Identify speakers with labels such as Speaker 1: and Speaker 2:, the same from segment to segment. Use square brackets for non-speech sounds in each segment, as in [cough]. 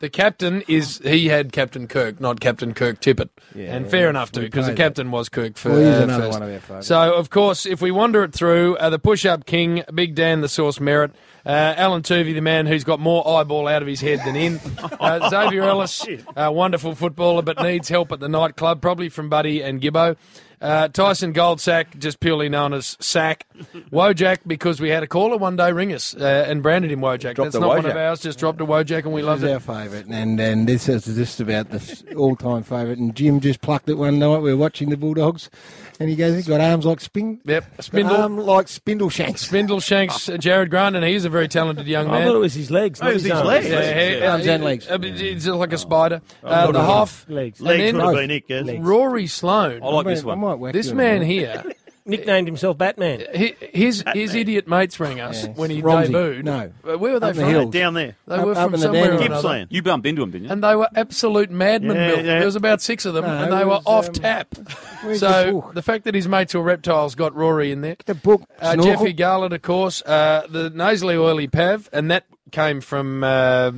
Speaker 1: The captain is he had Captain Kirk, not Captain Kirk Tippett,
Speaker 2: Yeah,
Speaker 1: and
Speaker 2: yeah,
Speaker 1: fair enough too,
Speaker 2: we
Speaker 1: because the
Speaker 2: know that.
Speaker 1: captain was Kirk for
Speaker 2: We'll use
Speaker 1: uh,
Speaker 2: another
Speaker 1: first.
Speaker 2: one of our favourites.
Speaker 1: So of course, if we wander it through, uh, the push-up king, Big Dan, the source merit, uh, Alan Tovey, the man who's got more eyeball out of his head than
Speaker 2: [laughs]
Speaker 1: in, uh, Xavier Ellis, uh, wonderful footballer but needs help at the nightclub, probably from Buddy and Gibbo. Uh, Tyson Goldsack, just purely known as Sack. Wojak, because we had a caller one day ring us uh, and branded him Wojak. That's
Speaker 3: a
Speaker 1: not one of
Speaker 3: Wojak.
Speaker 1: ours. Just dropped a Wojak and we loved
Speaker 2: This
Speaker 1: it.
Speaker 2: is our favourite, and, and this is just about the all-time favourite. And Jim just plucked it one night. We were watching the Bulldogs, and he goes, "He's got arms like spin,
Speaker 1: Yep,
Speaker 2: spindle,
Speaker 1: spindle.
Speaker 2: arm like spindle shanks."
Speaker 1: Spindle Shanks, uh, Jared Grant, and he is a very talented young
Speaker 4: I thought it
Speaker 1: man.
Speaker 4: was his legs. not
Speaker 3: it was
Speaker 4: his
Speaker 3: his
Speaker 4: arms.
Speaker 3: legs.
Speaker 1: Yeah, he-
Speaker 2: Yeah. Arms and legs.
Speaker 1: uh, He's like a spider.
Speaker 4: not
Speaker 1: Uh, the
Speaker 4: really.
Speaker 1: half,
Speaker 4: Legs.
Speaker 1: and
Speaker 3: Legs
Speaker 1: then
Speaker 3: would have been it, guys.
Speaker 1: Rory Sloan.
Speaker 3: I like
Speaker 2: I
Speaker 3: this
Speaker 2: might- I
Speaker 3: one.
Speaker 2: might whack
Speaker 1: This
Speaker 2: you on
Speaker 1: man
Speaker 2: that.
Speaker 1: here,
Speaker 4: Nicknamed himself Batman.
Speaker 1: hi- his his idiot mates rang us when he
Speaker 2: Romsey.
Speaker 1: debuted.
Speaker 2: No.
Speaker 1: Uh, where were they
Speaker 2: Up the
Speaker 1: from?
Speaker 2: hills.
Speaker 3: Down there.
Speaker 1: They
Speaker 2: Up-
Speaker 1: were
Speaker 2: up
Speaker 1: from
Speaker 2: in the
Speaker 1: somewhere. or
Speaker 2: Dandenong.
Speaker 1: another.
Speaker 3: Gippsland.
Speaker 5: You bumped into him, didn't you?
Speaker 1: And they were absolute madmen,
Speaker 3: Yeah,
Speaker 1: Bill.
Speaker 3: yeah.
Speaker 1: There was about six of them,
Speaker 2: No,
Speaker 1: and they
Speaker 2: it
Speaker 1: were
Speaker 2: was,
Speaker 1: off
Speaker 2: um,
Speaker 1: tap.
Speaker 2: Where's the
Speaker 1: So
Speaker 2: book?
Speaker 1: the fact that his mates were reptiles got Rory in there.
Speaker 2: The book,
Speaker 1: Uh,
Speaker 2: Snorkel.
Speaker 1: Jeffrey Garland, of course, uh, the nasally oily pav, and that came from uh, uh, uh,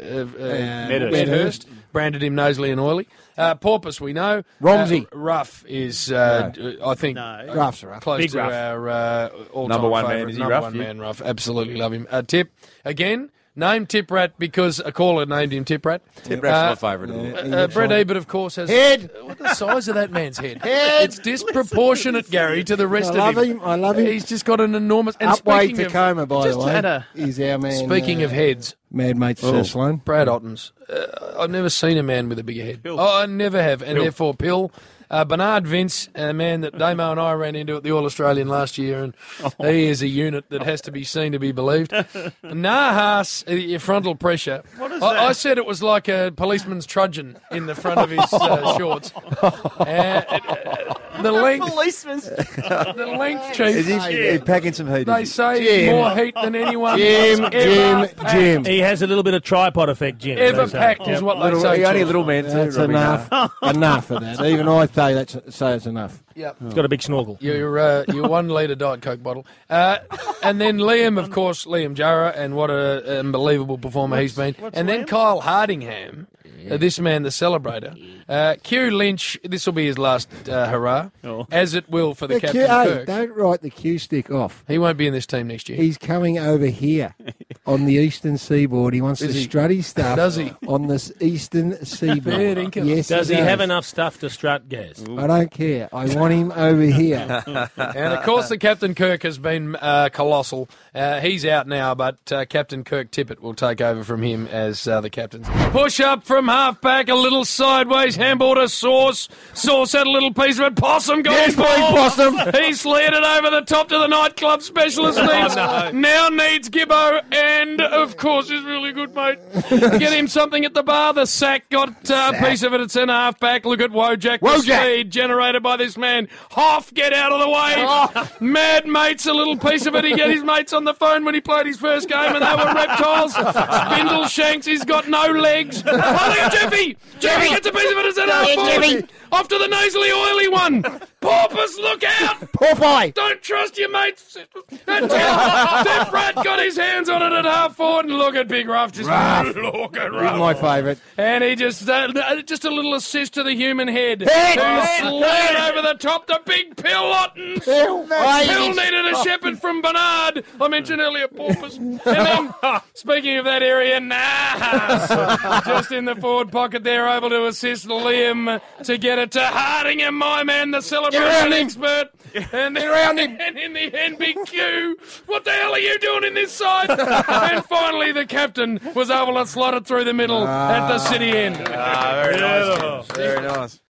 Speaker 2: Medhurst.
Speaker 1: Medhurst. Branded him nasally and oily. Uh, Porpoise, we know.
Speaker 2: Romsey.
Speaker 1: Uh, Ruff is, uh, I think,
Speaker 3: No.
Speaker 2: Graphs are up.
Speaker 1: close
Speaker 4: Big
Speaker 1: to
Speaker 4: Ruff.
Speaker 1: our uh, all-time
Speaker 5: Number one man,
Speaker 1: favourite.
Speaker 5: is he
Speaker 1: number
Speaker 5: Ruff?
Speaker 1: one
Speaker 5: Yeah.
Speaker 1: man, Ruff. Absolutely love him. Uh, tip again. Name Tip Rat because a caller named him Tip Rat.
Speaker 5: Tip
Speaker 1: Uh,
Speaker 5: Rat's my favourite.
Speaker 2: Yeah.
Speaker 5: isn't it?
Speaker 2: He
Speaker 1: uh,
Speaker 2: looks
Speaker 1: Brett
Speaker 2: like-
Speaker 1: Ebert, of course, has
Speaker 2: Head.
Speaker 1: What the size of that man's head?
Speaker 2: Head.
Speaker 1: It's disproportionate, Gary, to the
Speaker 2: I
Speaker 1: rest
Speaker 2: love
Speaker 1: of him.
Speaker 2: him. I love him.
Speaker 1: He's just got an enormous. And
Speaker 2: Upway
Speaker 1: speaking of-
Speaker 2: Tacoma, by the
Speaker 3: just had
Speaker 2: way,
Speaker 3: a-
Speaker 2: is our man.
Speaker 1: Speaking
Speaker 2: uh,
Speaker 1: of Oh. heads,
Speaker 2: mad mates, uh, Sloan.
Speaker 1: Brad Ottens. Uh, I've never seen a man with a bigger head.
Speaker 5: Pill.
Speaker 1: Oh, I never have, and therefore Pill. Uh, Bernard Vince, a man that Damo and I ran into at the All Australian last year, and he is a unit that has to be seen to be believed. Nahas, uh, your frontal pressure. What
Speaker 3: is
Speaker 1: I,
Speaker 3: that?
Speaker 1: I said it was like a policeman's trudgeon in the front of his uh, shorts. Uh, it- uh, the length,
Speaker 3: Policeman's
Speaker 1: the length, chief.
Speaker 3: Is he-
Speaker 5: He's packing some heat.
Speaker 1: they
Speaker 5: is
Speaker 1: say
Speaker 2: Jim.
Speaker 1: more heat than anyone
Speaker 2: Jim,
Speaker 1: has
Speaker 2: Jim,
Speaker 1: ever
Speaker 2: Jim.
Speaker 4: He has a little bit of tripod effect, Jim.
Speaker 1: ever
Speaker 4: they say.
Speaker 1: packed is what
Speaker 5: he? Little,
Speaker 1: they say.
Speaker 5: he only a
Speaker 1: George.
Speaker 5: little man too.
Speaker 2: That's
Speaker 5: Robbie.
Speaker 2: enough. enough of that. Even I say that's say it's enough.
Speaker 1: Yep.
Speaker 4: He's got a big snorkel.
Speaker 1: Your uh, your one litre Diet Coke bottle, uh, and then Liam, of course, Liam Jarrah, and what a unbelievable performer he's been. and then Kyle Hardingham, uh, this man, the celebrator. Uh, Q Lynch, this will be his last uh, hurrah, as it will for the,
Speaker 2: The
Speaker 1: captain.
Speaker 2: cue- hey,
Speaker 1: Kirk.
Speaker 2: don't write the cue stick off.
Speaker 1: He won't be in this team next year.
Speaker 2: He's coming over here on the eastern seaboard. He wants to strut his stuff.
Speaker 1: Does he?
Speaker 2: on this
Speaker 1: [laughs]
Speaker 2: eastern
Speaker 1: Fair
Speaker 2: seaboard?
Speaker 1: dinkum.
Speaker 2: yes.
Speaker 4: Does he
Speaker 2: does.
Speaker 4: have enough stuff to strut, Gaz?
Speaker 2: I don't care. I want him over here.
Speaker 4: [laughs]
Speaker 1: and of course, the Captain Kirk has been uh, colossal. Uh, he's out now, but uh, Captain Kirk Tippett will take over from him as uh, the captain. Push up from halfback, a little sideways, handball to Sauce. Sauce had a little piece of it. Possum got
Speaker 2: Yes,
Speaker 1: his ball. [laughs]
Speaker 2: please, Possum. Oh,
Speaker 1: He slid it Oh, over the top to the nightclub
Speaker 2: [laughs]
Speaker 1: specialist needs. Now needs Gibbo, and of course, his really good
Speaker 2: [laughs]
Speaker 1: mate. Get him something at the bar. The sack got uh, a piece of it. It's in halfback. Look at Wojak. The
Speaker 2: Wojak.
Speaker 1: speed generated by this man. Hoff, get out of the way.
Speaker 2: Oh.
Speaker 1: Mad mates, a little piece of it. He get his mates on the phone when he played his first game, and they were reptiles. Spindle shanks. He's got no legs. Oh, look at Jeffy. Jeffy gets a piece of it. It's in half Off to the nasally oily one. Porpoise, look out.
Speaker 2: Popeye.
Speaker 1: Don't trust your mates. That's it. Def Rat got his hands on it at half forward, and look at Big Ruff. Just [laughs] look at Ruff.
Speaker 2: My favourite.
Speaker 1: And he just uh, uh, just a little assist to the human head.
Speaker 2: Head!
Speaker 1: Who slid over the top the big Pill Ottens.
Speaker 2: Bill,
Speaker 1: Pill needed a shepherd from Bernard. I mentioned earlier Porpoise. And then, speaking of that area, nah. just in the forward pocket there, able to assist Liam to get it to Harding and my man, the celebration
Speaker 2: around him.
Speaker 1: expert. And then around him. And [laughs] in the end, big Q. What the hell are you doing in this side? and finally, the captain was able to slot it through the middle at the city end.
Speaker 5: Ah, very nice. Jim. Very nice.